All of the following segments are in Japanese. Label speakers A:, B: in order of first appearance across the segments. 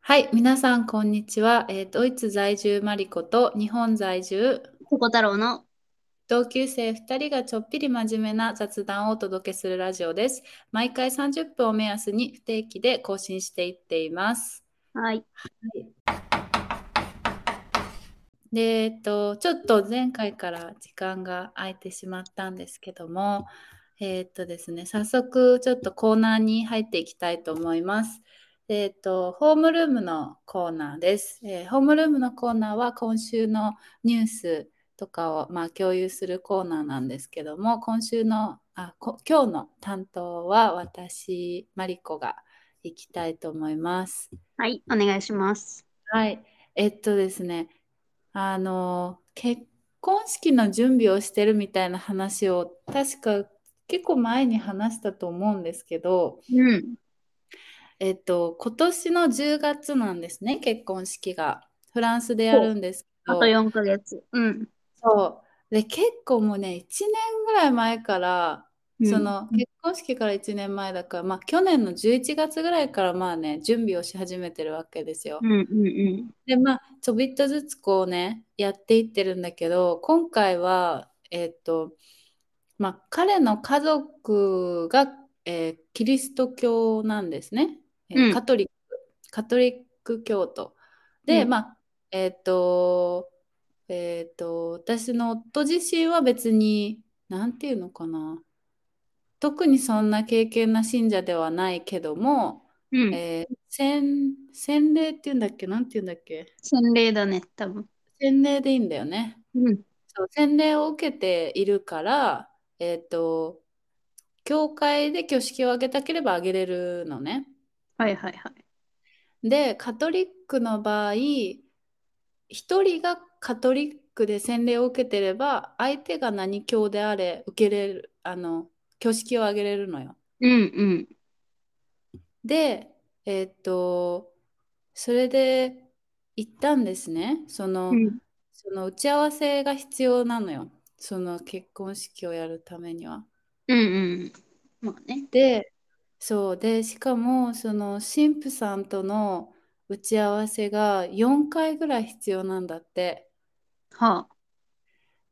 A: はい、皆さん、こんにちは。えードイツ在住マリコと日本在住
B: ここ太郎の
A: 同級生2人がちょっぴり真面目な雑談をお届けするラジオです。毎回30分を目安に不定期で更新していっています。
B: はい
A: で、えっと、ちょっと前回から時間が空いてしまったんですけども、えーっとですね、早速ちょっとコーナーに入っていきたいと思います。でえっと、ホームルームのコーナーです、えーホームルームのコーナーは今週のニュースとかを、まあ、共有するコーナーなんですけども、今週の、あ、こ今日の担当は私、マリコが行きたいと思います。
B: はいお願いします
A: はい、えっとですね、あの、結婚式の準備をしてるみたいな話を、確か結構前に話したと思うんですけど、
B: うん
A: えっと、今年の10月なんですね、結婚式が。フランスでやるんですけ
B: あ
A: ど
B: と、4ヶ月うん
A: そう。で、結構もうね、1年ぐらい前から、その
B: うん
A: 結婚式から1年前だから、まあ去年の11月ぐらいからまあね、準備をし始めてるわけですよ。
B: うんうんうん
A: でまあちょびっとずつこうねやっていってるんだけど今回はえーっとまあ彼の家族が、えーキリスト教なんですね、えー
B: うん
A: カトリックカトリック教徒で、
B: うん
A: まあえーっとえーっと私の夫自身は別になんていうのかな特にそんな経験な信者ではないけども、
B: うん
A: えー洗洗礼っていうんだっけなんていうんだっけ
B: 洗礼だね多分
A: 洗礼でいいんだよね。
B: うん
A: そう洗礼を受けているから、えっと、教会で挙式を挙げたければ挙げれるのね。
B: はいはいはい
A: で、カトリックの場合、一人がカトリックで洗礼を受けてれば、相手が何教であれ、受けれる、あの、挙式を挙げれるのよ。
B: うんうん
A: で、えっと、それで行ったんですね。その、
B: うん
A: その打ち合わせが必要なのよ。その結婚式をやるためには。
B: うんうんまあね
A: で、そうで、しかもその新婦さんとの打ち合わせが4回ぐらい必要なんだって。
B: はあ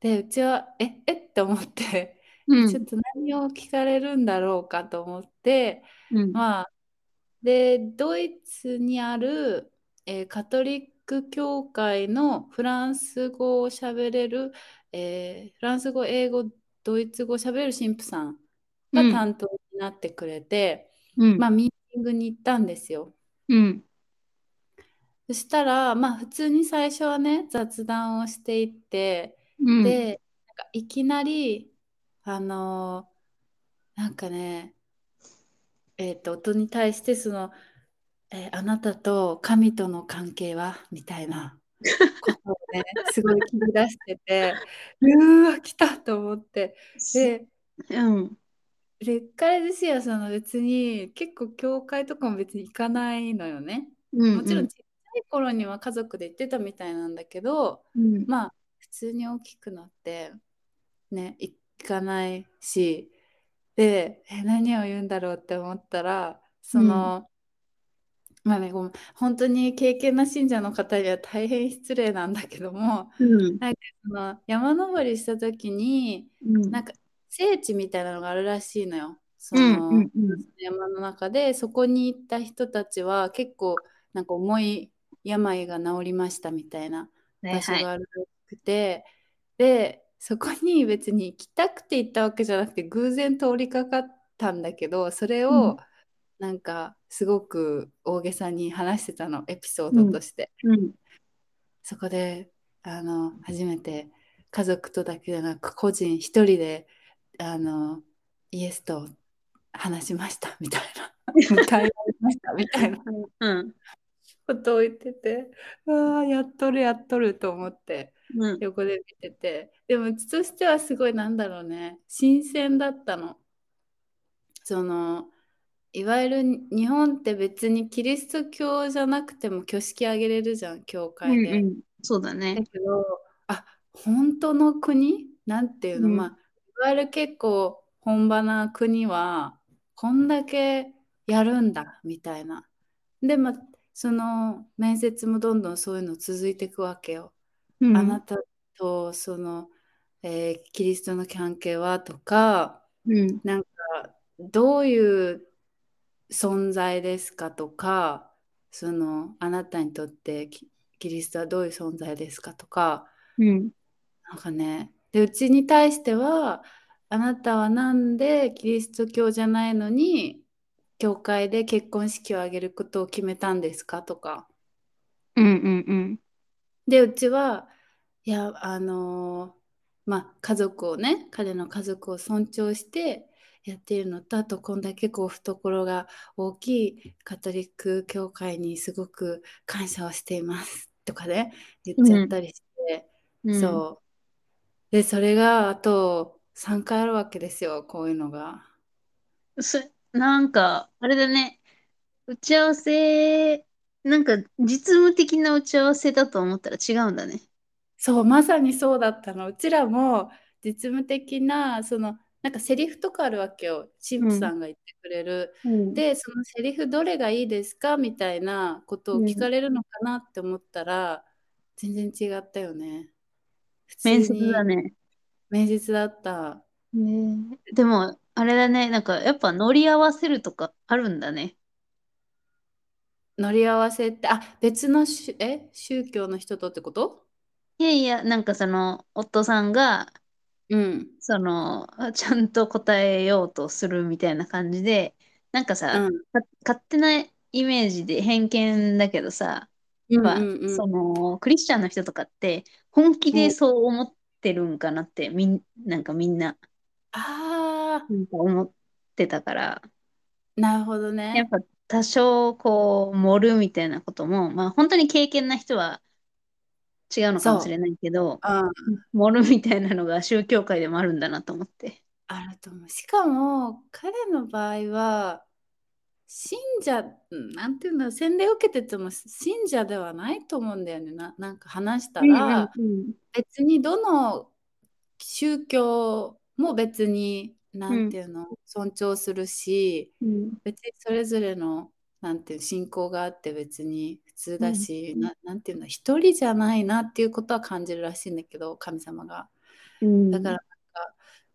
A: で、うちは、え、えって思って、
B: うん
A: ちょっと何を聞かれるんだろうかと思って、
B: うん
A: まあ、で、ドイツにある、えーカトリック教会のフランス語を喋れる、えーフランス語、英語、ドイツ語を喋れる神父さんが
B: うん
A: 担当になってくれて、
B: うん
A: まあ、ミーティングに行ったんですよ。
B: うん
A: そしたら、まあ、普通に最初はね、雑談をしていって、
B: うん
A: で、なんかいきなり、あのーなんかね、えっと、夫に対して、その、えーあなたと神との関係はみたいなことを ね、すごい切り出してて、うーわ、来たと思って。で、
B: うん
A: で彼自身はその別に結構教会とかも別に行かないのよね。
B: うん
A: もちろん小さい頃には家族で行ってたみたいなんだけど、
B: うん
A: まあ普通に大きくなってね行かないしでえ何を言うんだろうって思ったらその、まあねごめん本当に経験な信者の方には大変失礼なんだけども
B: うん
A: その山登りした時に
B: うん
A: なんか聖地みたいなのがあるらしいのよ。そ
B: うん
A: の
B: うんうん
A: 山の中でそこに行った人たちは結構なんか重い病が治りましたみたいな
B: はい
A: 場所
B: はい
A: があるらしくて、でそこに別に行きたくて行ったわけじゃなくて偶然通りかかったんだけどそれ
B: うん
A: をなんかすごく大げさに話してたのエピソードとして、
B: うん
A: そこであの初めて家族とだけじゃなく個人一人であのイエスと話しましたみたいな 向かい合いましたみたいな
B: うん
A: ことを言っててわあやっとるやっとると思って。
B: うん
A: 横で見ててでもうちとしてはすごいなんだろうね新鮮だったのそのいわゆる日本って別にキリスト教じゃなくても挙式あげれるじゃん教会で、
B: うんうんそうだね
A: だけどあ本当の国なんていうの、
B: うん
A: まあいわゆる結構本場な国はこんだけやるんだみたいなでまあその面接もどんどんそういうの続いていくわけよ。
B: う。
A: あなんたとその、えーキリストの関係はとか、
B: うん。
A: なんかどういう存在ですかとか、そのあなたにとってキ、キリストはどういう存在ですかとか、
B: うん。
A: なんかね、で、うちに対しては、あなたはなんでキリスト教じゃないのに、教会で結婚式を挙げることを決めたんですかとか。
B: うんうんうん。
A: で、うちは、いや、あのーまあ、家族をね、彼の家族を尊重してやっているのと、あと、こんだけこう、懐が大きいカトリック教会にすごく感謝をしていますとかね、言っ
B: う
A: ちゃっ
B: ん。
A: たりして、
B: うん。
A: そう。で、それがあと3回あるわけですよ、こういうのが。
B: す、なんか、あれだね。打ち合わせ、なんか、実務的な打ち合わせだと思ったら違うんだね。
A: そう、まさにそうだったの。うちらも実務的な、その、なんかセリフとかあるわけよ。神
B: う
A: 父
B: ん。
A: さんが言ってくれる。
B: うん。
A: で、そのセリフどれがいいですかみたいなこと
B: う
A: を聞
B: ん。
A: かれるのかなって思ったら、全然違ったよね。普
B: 面
A: 通
B: 接だ
A: に
B: ね。
A: 面接だった。
B: ねえ。でも、あれだね。なんか、やっぱ乗り合わせるとかあるんだね。
A: 乗り合わせって、あ、別のし、え、宗教の人とってこと
B: いやいや、なんかその、夫さんが、
A: うん、
B: その、ちゃんと答えようとするみたいな感じで、なんか
A: う
B: さ、
A: ん、
B: か勝手なイメージで偏見だけどさ、
A: う
B: やっぱ、
A: ん、うん、
B: その、クリスチャンの人とかって、本気
A: うん。
B: で
A: うん
B: そう思ってるんかなって、みん、なんかみんな、
A: あ
B: なんか思ってたから、
A: あ、なるほど
B: やっ
A: ね。
B: ぱ多少こう、盛るみたいなことも、まあ本当に経験な人は違うのかもしれ
A: そ
B: ないけ
A: う、
B: ど、
A: うん、
B: 盛るみたいなのが宗教界でもあるんだなと思って。
A: あると思う。しかも、彼の場合は、信者、うんなんていうんだろう、洗礼を受けてても信者ではないと思うんだよね。な、なんか話し
B: う
A: た
B: んうん
A: ら、
B: うん。
A: 別にどの宗教も別に、
B: う
A: なん
B: ん
A: ていうの、尊重するし、
B: うん
A: 別にそれぞれの、なんていう、信仰があって別に普通
B: う
A: だ
B: ん
A: し、な、なんていうの、一人じゃないなっていうことは感じるらしいんだけど、神様が。
B: う
A: だから
B: ん
A: なんか、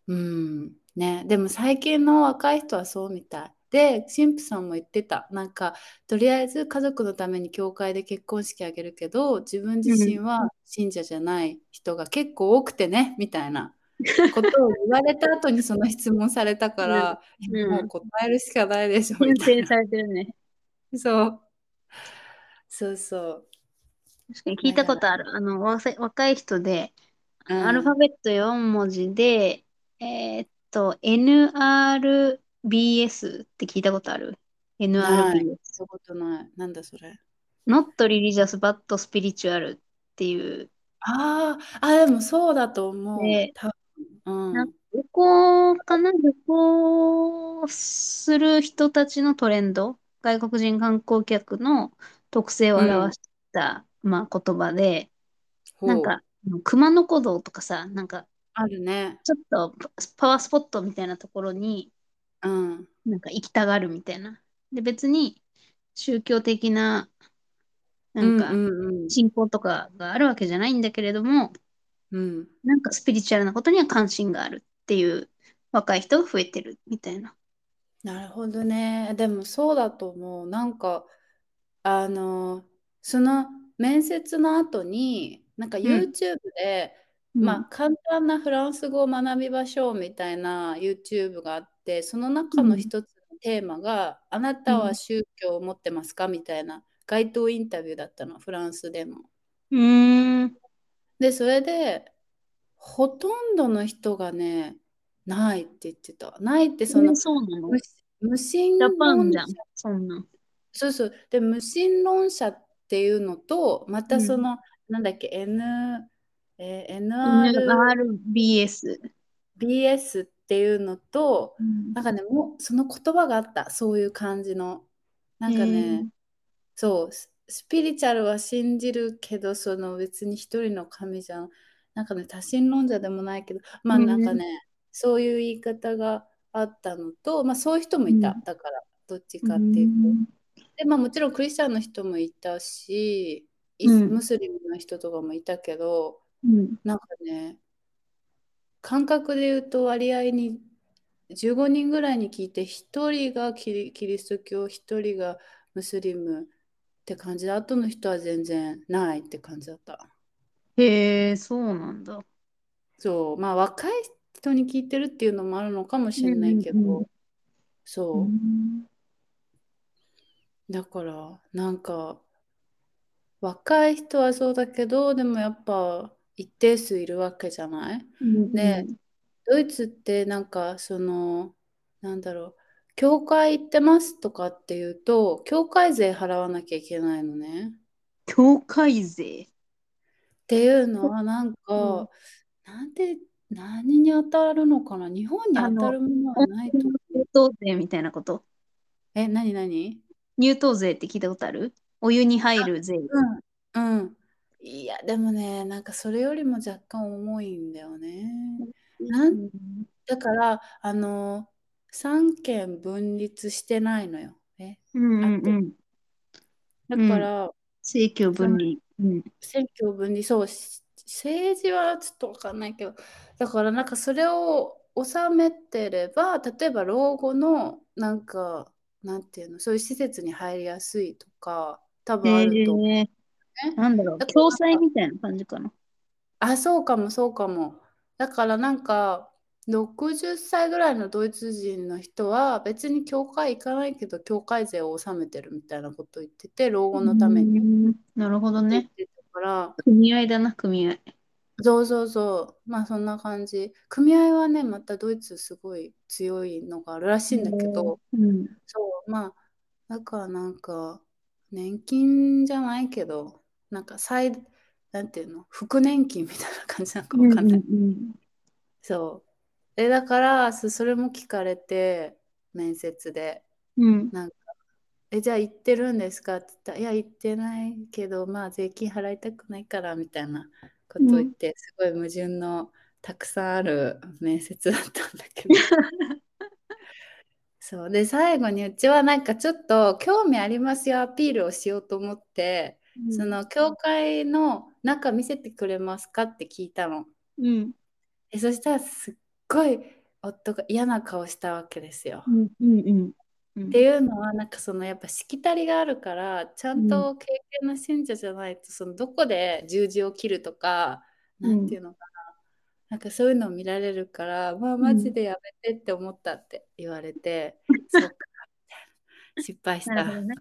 A: うん、ね、でも最近の若い人はそうみたい。で、神父さんも言ってた。なんか、とりあえず家族のために教会で結婚式あげるけど、自分
B: う
A: 自身
B: ん
A: は信者じゃない人が結構多くてね、みたい なことを言われた後にその質問されたか
B: うん
A: ら、いや
B: う
A: もうん答えるしかないでしょ、み
B: 限
A: たい
B: 定さ
A: な。
B: れてるね。
A: そう、そうそ
B: 確かに
A: う。
B: 聞い
A: だか
B: たこ
A: ら、
B: とある。あの、わせ若い人で、
A: う
B: アルファ
A: ん。
B: ベット4文字で、えーっと、NRBS って聞いたことある
A: ない。聞い
B: ?NRBS。
A: たことない。なんだそれ。
B: Not religious but spiritual っていう。
A: あーあ、でもそうだと思う。
B: で、
A: 多分。
B: な
A: うん
B: か
A: ん。
B: 旅行かな旅行する人たちのトレンド。外国人観光客の特性を
A: う
B: 表
A: ん。
B: した、まあ、言葉で、なん
A: ほう。
B: か、熊野古道とかさ、なんか、
A: あるね。
B: ちょっとパパワースポットみたいなところに、
A: うん。
B: なんか行きたがるみたいな。で、別に宗教的な、な
A: うんん
B: か、
A: うんうん。
B: 信仰とかがあるわけじゃないんだけれども、
A: うん。
B: なんかスピリチュアルなことには関心があるっていう若い人が増えてるみたいな。
A: なるほどね。でもそうだと思う。なんか、あの、その面接の後に、なんか
B: うん、
A: YouTube で、
B: う
A: まあ、
B: ん、
A: 簡単なフランス語を学びましょうみたいな YouTube があって、その
B: う
A: 中の
B: ん、
A: 一つのテーマが、あな
B: う
A: たは
B: ん。
A: 宗教を持ってますかみたいな街頭インタビューだったの、フランスでも。
B: うーん、
A: で、それで、ほとんどの人がね、ないって言ってた。ないって
B: え
A: その
B: そうなの
A: 無、無
B: ジャ
A: 神
B: パ
A: 論
B: ンじ
A: 者、
B: ゃん、そんなん。
A: そうそう、で、無神論者っていうのと、ま
B: う
A: たそ
B: ん。
A: の、なんだっけ、N、えー NRBS
B: NRBS。
A: っていうのと、
B: うん。
A: なんかね、もうその言葉があった、そういう感じの。な
B: え
A: んか
B: ー、
A: ね、そう、ススピリチュアルは信じるけど、その別に一人の神じゃん。なんかね、多神論者でもないけど、まあ
B: う
A: なんか
B: ん、
A: ね、そういう言い方があったのと、まあそういう人も
B: う
A: いた。
B: ん、
A: だから、どっち
B: う
A: かっていうと。
B: ん。
A: で、まあ、もちろんクリスチャンの人もいたし、イ
B: う
A: ス
B: ん
A: ムスリムの人とかもいたけど、
B: うん。
A: なんかね、感覚で言うと割合に15人ぐらいに聞いて、1人がキリ、キリスト教、1人がムスリムって感じで、あとの人は全然ないって感じだった。
B: へえ、そうなんだ。
A: そう、まあ若い人に聞いてるっていうのもあるのかもしれないけ
B: うんうんうん
A: ど、
B: う
A: そう。
B: ん
A: だからなんか若い人はそうだけどでもやっぱ一定数いるわけじゃない
B: うんう
A: で
B: ん
A: ドイツってなんかそのなんだろう教会行ってますとかっていうと教会税払わなきゃいけないのね。
B: 教会税。
A: っていうのはなん
B: うん
A: かなんで何に当たるのかな日本に当
B: あ
A: た
B: の、
A: るものはないと思
B: 入
A: う。
B: 湯税みたいなこと。
A: え、何何
B: 入湯税って聞いたことあるお湯に入る税。
A: うんうんいや、でもね、なんかそれよりも若干重いんだよね。な、
B: うんん
A: だから、あの、三権分立してないのよ。え、
B: うん
A: あ
B: うんう
A: と、
B: ん。
A: だか
B: うん。
A: ら、
B: 政教
A: そ
B: 分
A: の
B: 離。うん。
A: 選挙分離、そう、し政治はちょっとわかんないけど、だからなんかそれを収めてれば、例えば老後の、なんか、なんていうの、そういう施設に入りやすいとか、多分あ
B: へ
A: ると思
B: え、
A: うね。
B: なんだろう。
A: だから
B: 共
A: なん
B: 済
A: か、
B: みたいな感じかな。
A: あ、そうかも、そうかも。だからなんか、60歳ぐらいのドイツ人の人は、別に教会行かないけど、教会税を納めてるみたいなこと言ってて、老
B: う
A: 後のためにって
B: ん。なるほど
A: 言っ
B: ね。
A: てたから、
B: 組合だな、組合。
A: そうそうそう、まあそんな感じ。組合はね、またドイツすごい強いのがあるらし
B: へ
A: いんだけ
B: ー
A: ど、
B: うん。
A: そう、まあ、だからなんか、年金じゃないけど、なんか最、なんていうの、副年金みたいな感じなん
B: う
A: かわ
B: ん
A: かん
B: う
A: なんい。
B: うん。
A: そう。え、だからそ、それも聞かれて、面接で、
B: うん
A: なんか、え、じゃあ行ってるんですかって言ったら、いや、行ってないけど、まあ、税金払いたくないから、みたいなこ
B: う
A: とを言っ
B: ん。
A: て、すごい矛盾のたくさんある面接だったんだ けど。そう。で、最後に、うちはなんかちょっと、興味ありますよ、アピールをしようと思って、
B: う
A: そ
B: ん。
A: の、教会の中見せてくれますかって聞いたの。
B: うん。
A: え、そしたらすっごい夫が嫌な顔したわけですよ。
B: う
A: っ
B: んうんうん。
A: ていうのはなんかそのやっぱしきたりがあるからちゃ
B: うんん。
A: と敬虔な信者じゃないとそのどこで十字を切るとか
B: う
A: なんて
B: ん。
A: いうのかなんかそういうのを見られるからまあ
B: う
A: マジ
B: ん。
A: でやめてって思ったって言われ てそうか失敗し
B: なるほど
A: た
B: ね。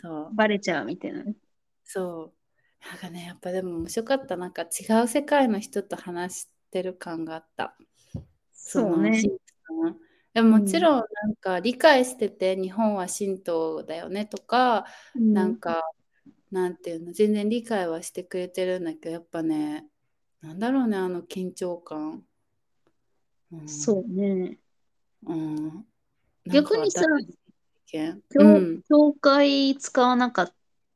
A: そう
B: バレちゃうみたいなね。
A: そうなんかねやっぱでも面白かったなんか違う世界の人と話してる感があった。そ
B: そう
A: の
B: ね。
A: 神道かな。でも
B: う
A: もち
B: ん。
A: ろんなんか理解してて日本は神道だよねとか
B: う
A: なん
B: ん。
A: かなんていうの全然理解はしてくれてるんだけどやっぱねなんだろうねあの緊張感。う、
B: そうんね。
A: うん、なん
B: 逆
A: か
B: にさ、
A: 新しい経験。う
B: 教、
A: ん、
B: 教会使わなかっ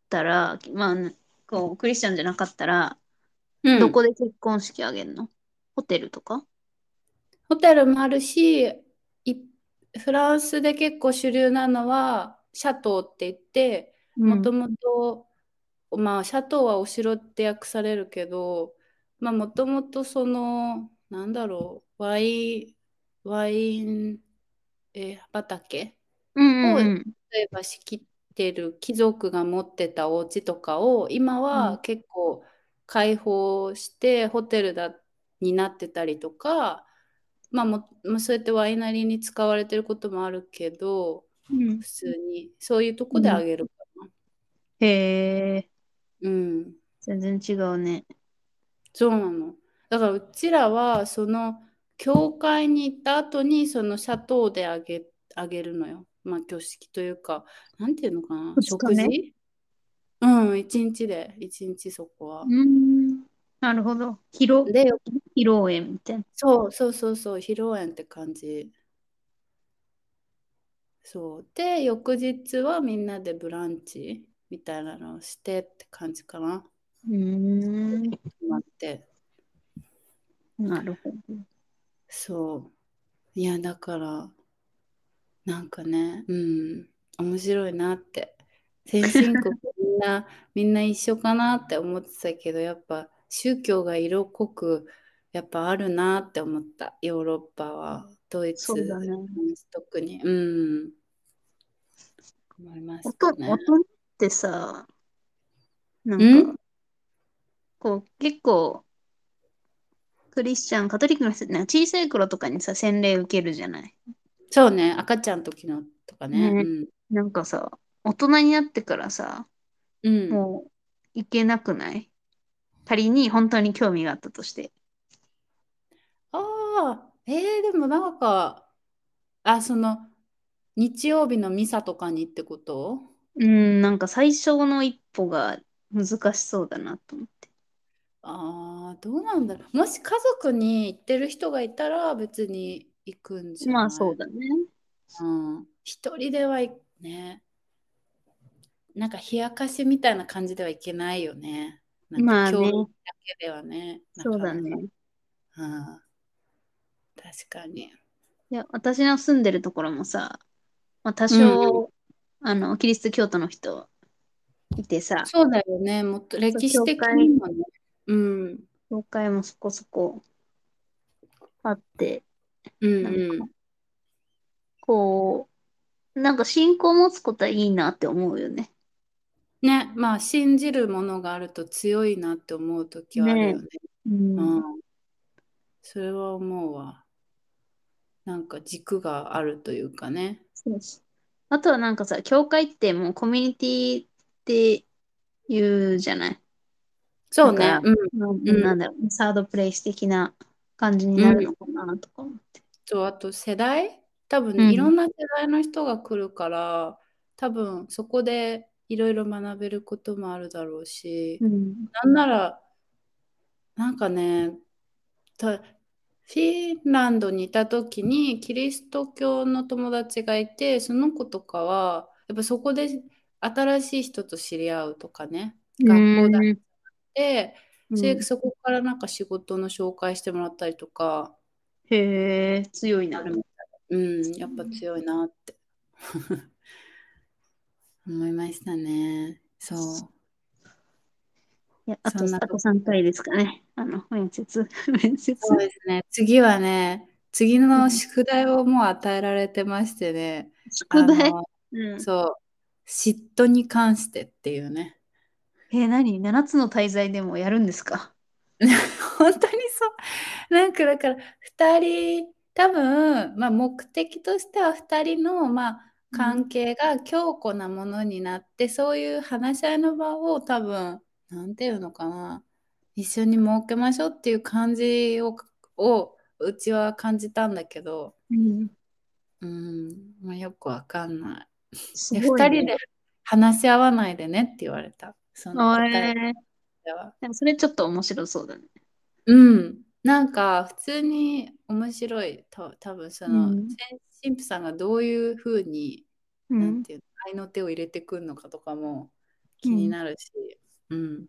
B: たら、まあ、こう、クリスチャンじゃなかったら、
A: う
B: どこ
A: ん。
B: で結婚式あげるのホテルとか
A: ホテルもあるし、いフランスで結構主流なのはシャトーって言って、
B: う
A: も
B: ん。
A: ともとまあ、シャトーはお城って訳されるけど、まあ、もともとその、なんだろう、ワイン、ワイン、えー畑
B: うん
A: を、
B: う
A: 例
B: んうん。
A: えば仕切ってる貴族が持ってたお家とかを、今
B: うん。
A: は結構開放して、ホテルだ、になってたりとか、まあも、もうそうやってワイナリーに使われてることもあるけど、
B: うん。
A: 普通に、そういうと
B: う
A: こであ
B: ん
A: げるかな。
B: へえ、
A: うん。
B: 全然違うね。
A: そうなの。だからうちらはその教会に行った後にそのシャトーであげ、あげるのよ。まあ挙式というか、なんていうのかな、
B: 二日
A: 食
B: 目
A: 事うん、一日で、一日そこは。
B: うん。なるほど。披露、
A: で、
B: 披露宴みたいな。
A: そうそうそうそう、披露宴って感じ。そう。で、翌日はみんなでブランチみたいなのをしてって感じかな。
B: うーん。
A: 泊まって。
B: なるほど。
A: そう。いや、だから、なんかね、うん、面白いなって。先進国みんな、 みんな一緒かなって思ってたけど、やっぱ宗教が色濃く、やっぱあるなって思った。ヨーロッパは、ドイツ、
B: そうだね。
A: フランス特に。うん。思いまし
B: 音、
A: たね。
B: 音ってさ、なん
A: ん
B: か、こう、結構、クリスチャン、カトリックの人ってなんか小さい頃とかにさ、洗礼受けるじゃない。
A: そうね、赤ちゃんの時のとかね。う
B: ね。
A: ん。
B: なんかさ、大人になってからさ、
A: うん。
B: もう、いけなくない仮に本当に興味があったとして。
A: ああ、えー、でもなんか、あ、その、日曜日のミサとかにってこと
B: うん、なんか最初の一歩が難しそうだなと思って。
A: ああー、どうなんだろう。もし家族に行ってる人がいたら別に行くんじゃ
B: まあそ
A: な
B: う
A: い
B: だね。
A: うん。一人ではいね、なんか冷やかしみたいな感じではいけないよね。なんか
B: まあ
A: 教
B: ね、
A: 義だけではね、な
B: そう
A: か
B: だ
A: なか。
B: ね。
A: うん、確かに。
B: いや、私の住んでるところもさ、まあ多
A: うん。
B: 少、あの、キリスト教徒の人いてさ、
A: そうだよね。もっと
B: そう
A: 歴史
B: 教
A: 的に
B: 会、
A: もね。うん。
B: 教会もそこそこあって、
A: うん
B: なん
A: う
B: か、
A: ん。
B: こう、なんか信仰を持つことはいいなって思うよね。
A: ね、まあ信じるものがあると強いなって思う時はある
B: ね
A: よね。
B: え。うん。
A: うん。それは思うわ。なんか軸があるというかね。
B: そうそう。あとはなんかさ、教会ってもうコミュニティって言うじゃない。
A: そ
B: だ
A: う
B: か
A: ね。
B: ら、
A: うん。
B: な、
A: う
B: なん
A: ん。
B: だろう、サードプレイス的な感じに
A: う
B: なる
A: ん。
B: のかなとか思って。
A: と、あと世代多分
B: う
A: ね、いろ
B: ん。
A: んな世代の人が来るから、多分そこでいろいろ学べることもあるだろうし、
B: うん。
A: なんなら、なんかね、たフィンランドにいた時にキリスト教の友達がいてその子とかはやっぱそこで新しい人と知り合うとかね
B: う
A: 学校だっ
B: ん。
A: て
B: う
A: それ
B: ん。
A: そこからなんか仕事の紹介してもらったりとか
B: へえ、強い
A: あ
B: な。
A: るみたいうん
B: う
A: やっぱ
B: ん
A: 強いなって 思いましたねそう
B: いや、あ
A: そ
B: と、
A: んな
B: あ
A: と
B: と
A: こ
B: 3回ですかね。あの、面接。 面
A: そう
B: 接。
A: ですね次はね次の
B: うん
A: 宿題をもう与えられてましてね
B: 宿
A: あ
B: 題
A: の
B: うん。
A: そう、嫉妬に関してっていうね。
B: えー、何 ?7 つの滞在でもやるんですか
A: 本当にそう。なんかだから2人、多分、まあ、目的としては2人の、まあ、
B: うん。
A: 関係が強固なものになって、そういう話し合いの場を多分、なんていうのかな、一緒に設けましょうっていう感じを、をうちは感じたんだけど、
B: うん。
A: うん、まあ、よくわかんない。
B: す
A: で、
B: ごい
A: 2人
B: ね。
A: で話し合わないでねって言われた、その
B: あ
A: 答え
B: え
A: では。
B: でもそれちょっと面白そうだね。
A: うん、なんか普通に面白いと多分そうの
B: ん。
A: 神父さんがどういうふうに
B: う
A: なん
B: ん。
A: ていうの愛の手を入れてくるのかとかも
B: う
A: 気に
B: ん。
A: なるし、うん、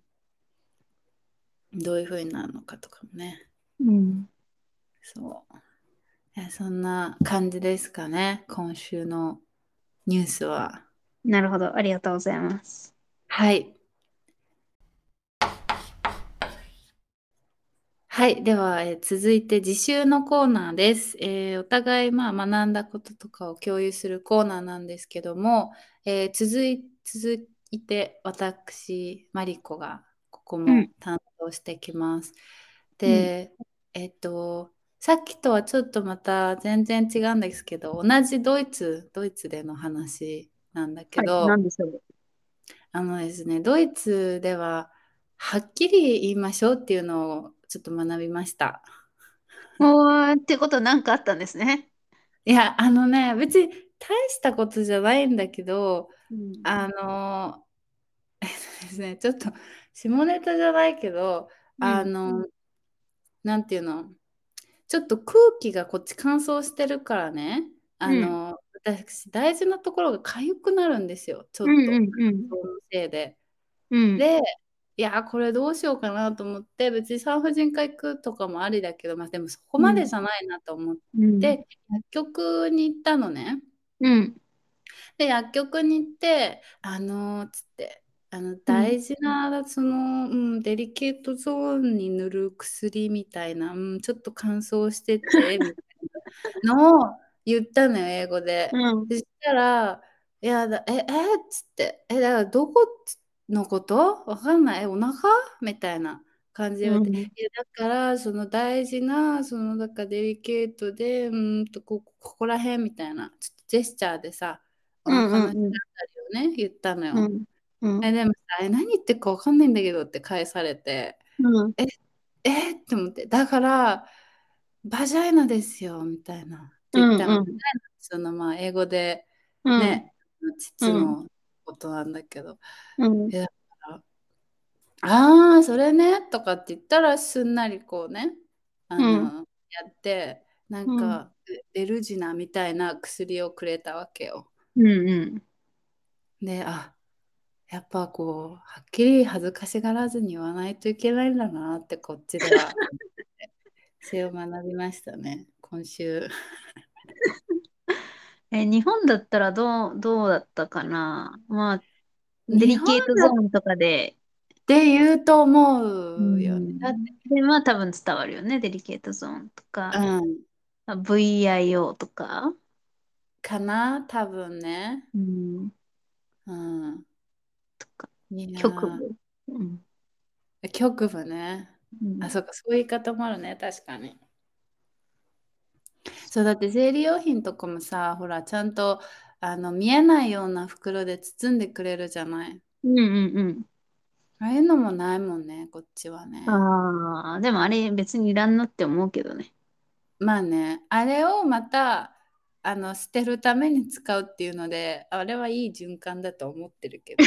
A: どういうふうになるのかとかもね
B: うん。
A: そういやそんな感じですかね今週のニュースは
B: なるほど。ありがとうございます。
A: はいはい。では、えー続いて自習のコーナーです。えーお互い、まあ、学んだこととかを共有するコーナーなんですけども、えー続い、続いて私、マリコがここ
B: うん。
A: も担当してきます。
B: うん。
A: で、えっと、さっきとはちょっとまた全然違うんですけど、同じドイツ、ドイツでの話なんだけ
B: はい。なん
A: ど、
B: でそれ。
A: あのですね、ドイツでははっきり言いましょうっていうのをちょっと学びました。
B: おー、ってことは何かあったんですね。
A: いや、あのね、別に大したことじゃないんだけど、
B: うん。
A: あの、えっとですね、ちょっと下ネタじゃないけど、
B: う
A: あ
B: ん。
A: の、うんなんていうの、ちょっと空気がこっち乾燥してるからね、
B: う
A: あ
B: ん。
A: の、私、大事なところが痒くなるんですよ、ちょ
B: う
A: っ
B: ん
A: と、
B: うんうん。
A: そのせいで。
B: うん。
A: で、いやー、これどうしようかなと思って、別に産婦人科行くとかもありだけど、まあ、でもそこ
B: う
A: まで
B: ん。
A: じゃないなと思っ
B: うん。
A: て、薬局に行ったのね。
B: うん。
A: で薬局に行って「あのーつってあの大事なその、うん、デリケートゾーンに塗る薬みたいな、うん、ちょっと乾燥しててみたいなのを言ったのよ英語で。
B: うん。
A: そしたら「いやだええっ?」つって「えだからどこのことわかんないえお腹?」みたいな感じで言われて
B: うん
A: いやだからその大事なそのだからデリケートでうーんとここここら辺みたいなちょっとジェスチャーでさお
B: うん
A: 腹の下あ
B: う
A: た
B: ん
A: りをね言ったのよ、
B: うん。うん。
A: えでもさえ何言ってるかわかんないんだけどって返されて
B: うん。
A: えって思ってだからバジャイナですよみたいなって
B: う
A: 言っ
B: ん
A: たの、そのまあ英語で
B: うん。
A: ね、父のことなんだけど、
B: うん。
A: ああ、それねとかって言ったらすんなりこうね、あの、
B: う
A: やって、なんか、ベルジナみたいな薬をくれたわけよ。
B: うん。うん。
A: で、あ、やっぱこう、はっきり恥ずかしがらずに言わないといけないんだなって、こっちで は。それを学びましたね、今週。
B: え、日本だったらどう、どうだったかな。まあ、デリ
A: 日
B: ケ
A: 本
B: ートゾーンとかで、
A: で言うと思うよ
B: う
A: ね。
B: ん
A: だって、
B: で、まあ多分伝わるよね。デリケートゾーンとか、
A: うん、
B: あ VIO とか。
A: かな、多分ね。
B: うん。
A: うん。
B: とか、
A: いや
B: 局
A: ー
B: 部。うん。
A: 局部ね。
B: うん
A: あ、そうか、そういう言い方もあるね、確かに。そう、だって生理用品とかもさ、ほら、ちゃんとあの見えないような袋で包んでくれるじゃない。
B: うんうん
A: ああいうのもないもんね、こっちはね
B: うん。。ああ、でもあれ別にいらんなって思うけどね。
A: まあね、あれをまたあの捨てるために使うっていうので、あれはいい循環だと思ってる けど。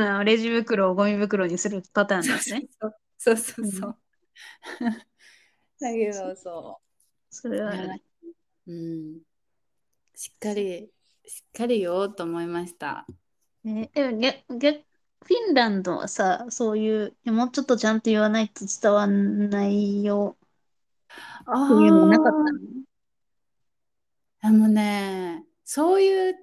B: あのレジ袋をゴミ袋にするパターンですね。
A: そうそうそう。そうそうそうう だけど、そ
B: それ
A: う。
B: はあ
A: い
B: る
A: や
B: ね。
A: うん。しっかり、しっかり言おうと思いました。
B: ねでも逆、逆、フィンランドはさ、そういう、いやもうちょっとちゃんと言わないと伝わんないよ
A: あ
B: っていうのなかった
A: ー
B: の
A: あのね、そういう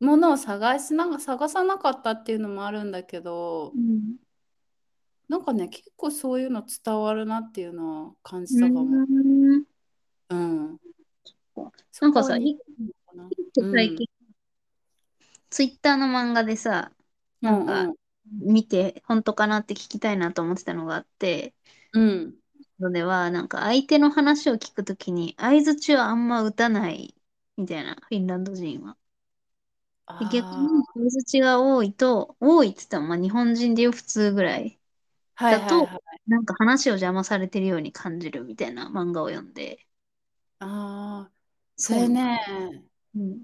A: ものを探しな、探さなかったっていうのもあるんだけど
B: う、ん。
A: なんかね、結構そういうの伝わるなっていうのは感じ
B: う
A: たかも。
B: ん。
A: うん。
B: な
A: そ
B: んか
A: こ
B: さ、
A: に
B: い
A: かな。う
B: 最
A: ん。
B: 近、ツイッターの漫画でさ、
A: う
B: なんか、
A: ん
B: 見て、本当かなって聞きたいなと思ってたのがあって、
A: うん。うん。
B: のでは、なんか相手の話を聞くときに、相槌はあんま打たない、みたいな、フィンランド人は。で逆
A: あ
B: に、相槌が多いと、多いって言っても、まあ日本人でいう普通ぐらい
A: あ。はい
B: だ
A: はい
B: と、
A: はい。
B: なんか話を邪魔されてるように感じるみたいな漫画を読んで、
A: ああ。そ
B: そう
A: れ
B: なの。
A: ね、
B: うん。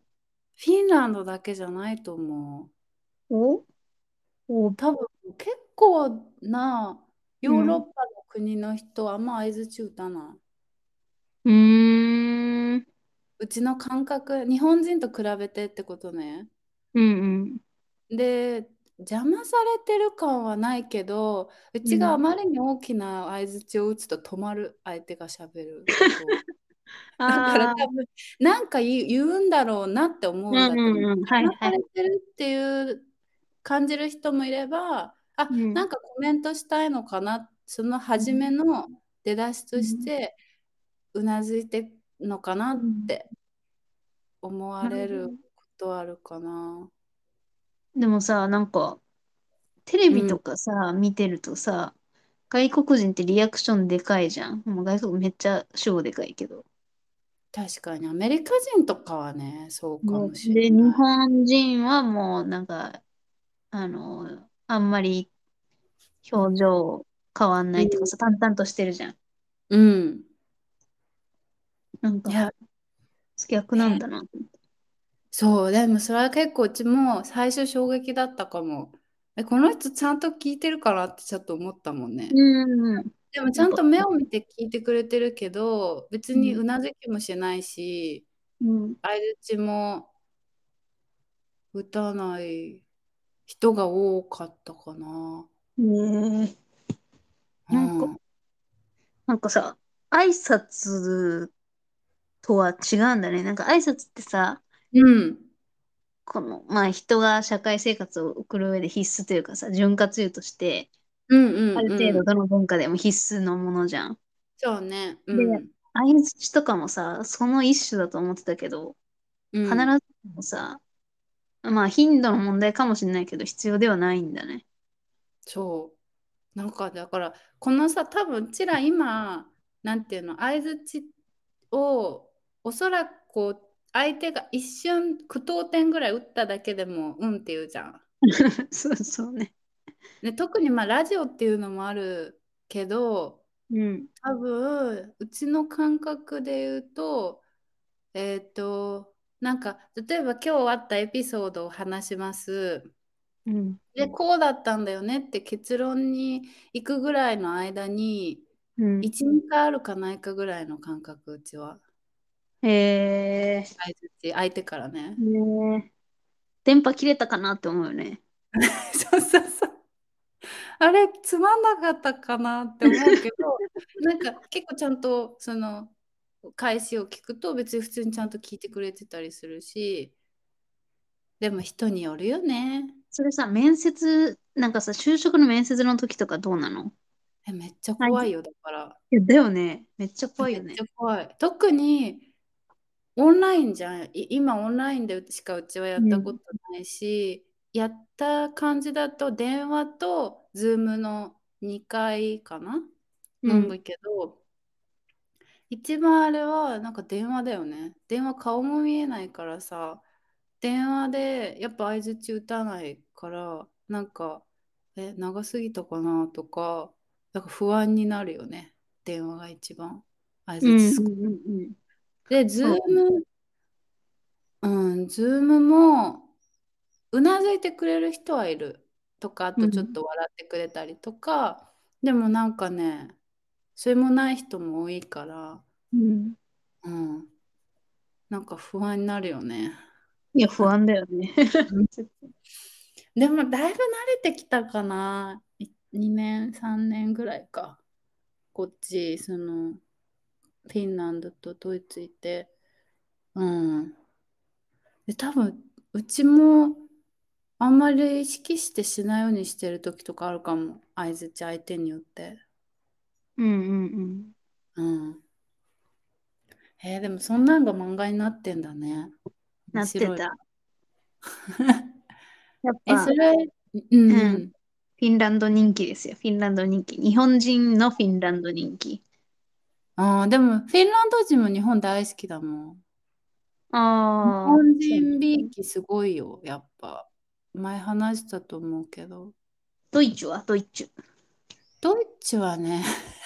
A: フィンランドだけじゃないと思う。
B: おお、
A: 多分結構な
B: う
A: ヨーロッ
B: ん。
A: パの国の人はあんま相槌打たない。
B: うーん。
A: うちの感覚、日本人と比べてってことね。
B: うんうん。
A: で、邪魔されてる感はないけど、う
B: う
A: ちがあ
B: ん。
A: まりに大きな相槌を打つと止まる相手がしゃべること。だから
B: ああ、
A: 多分、なんか言う言うんだろうなって思
B: う
A: うん
B: ん
A: だけど、
B: うんうん。
A: 邪
B: はい
A: 魔
B: は
A: され
B: い。
A: てるっていう感じる人もいれば、あ、
B: うん。
A: なんかコメントしたいのかな、その
B: う
A: 初
B: ん。
A: めの出だし
B: う
A: とし
B: ん。
A: て、うなずいてるのかな
B: う
A: っ
B: ん
A: て思わ
B: なる
A: れ
B: ほど。
A: ることあるかな。
B: でもさ、なんか、テレ
A: う
B: ビ
A: ん、
B: とかさ、見てるとさ、外国人ってリアクションでかいじゃん。もう外国めっちゃ主語でかいけど。
A: 確かにアメリカ人とかはね、そうか
B: ね
A: もし
B: で、
A: れ
B: 日
A: ない。
B: 本人はもうなんか、あの、あんまり表情変わんな
A: う
B: いっていうか
A: ん、
B: さ、淡々としてるじゃん。
A: うん。
B: なん
A: い
B: か、
A: や、
B: 逆なん
A: ね
B: だなと思って。
A: そう、でもそれは結構うちも最初衝撃だったかも。え、この人ちゃんと聞いてるからってちょっと思ったもんね。
B: うんうん。
A: でもち
B: なん
A: ゃん
B: か、
A: と目を見て聞いてくれてるけど、別
B: う
A: に
B: ん、
A: うなずきもしないし、
B: うん、
A: 相槌も打たない人が多かったかな。
B: ね
A: う
B: え。なんか、
A: ん。
B: なんかさ、挨拶とは違うんだね。なんか挨拶ってさ、
A: うん。
B: この、まあ人が社会生活を送る上で必須というかさ、潤滑油として、
A: うんうん、うん。
B: ある程度どの文化でも必須のものじゃん。
A: そうね。う
B: で
A: ん。
B: 相づちとかもさ、その一種だと思ってたけど、
A: うん
B: 必ずしもさ、まあ頻度の問題かもしれないけど、必要ではないんだね。
A: そう。なんかだからこのさ多分うちら今なんていうの相づちをおそらくこう相手が一瞬句読点ぐらい打っただけでもうんって言うじゃん。
B: そうそうね。
A: で特にまあラジオっていうのもあるけど
B: うん。
A: 多分うちの感覚で言うとえっ、となんか例えば今日あったエピソードを話します。
B: うん。
A: でこうだったんだよねって結論に行くぐらいの間に
B: うん。
A: 12回あるかないかぐらいの感覚うちは
B: えー、
A: 相づち相手からね
B: ね電波切れたかなって思うよね。
A: そうそうそうあれつまんなかったかなって思うけど なんか結構ちゃんとその返しを聞くと別に普通にちゃんと聞いてくれてたりするしでも人によるよね
B: それさ、面接、なんかさ、就職の面接の時とかどうなの
A: えめっちゃ怖いよだから
B: いや、だよね。めっちゃ怖いよ
A: め
B: ね
A: っち。ゃ怖い。特にオンラインじゃん。い今オンラインでしかうちはやったことないし、やった感じだと電話とズームの2回かな
B: う
A: 飲む
B: ん。
A: けど、一番あれはなんか電話だよね。電話顔も見えないからさ、電話でやっぱ相づち打たないから、なんか、え、長すぎたかなとか、なんか不安になるよね。電話が一番。相
B: うん。
A: づち
B: う
A: す
B: ん。
A: ごい
B: うんうん
A: で、ズー
B: そう
A: ム、うん、ズームも、うなずいてくれる人はいるとか、あ
B: う
A: とちょっ
B: ん。
A: と笑ってくれたりとか、でもなんかね、それもない人も多いから、
B: うん
A: うん、なんか不安になるよね。
B: いや、不安だよね。
A: うんでもだいぶ慣れてきたかな。い2年、3年ぐらいか。こっち、その、フィンランドとドイツ行って。うん。で、多分、うちも、あんまり意識してしないようにしてる時とかあるかも。相づち相手によって。
B: うんうんうん。
A: うん。えーでもそんなんが漫画になってんだね。面
B: なって
A: 白い。
B: た。やっ
A: え、そ
B: ぱ、
A: れ、う
B: うんん。
A: う
B: フ
A: ん。
B: ィンランド人気ですよ。フィンランド人気。日本人のフィンランド人気。
A: ああ、でも、フィンランド人も日本大好きだもん。日
B: ああ、
A: 本
B: そう
A: 人び
B: ね
A: いきすごいよ、やっぱ。前話したと思うけど。
B: ドイツはドイツ。
A: ドイツはね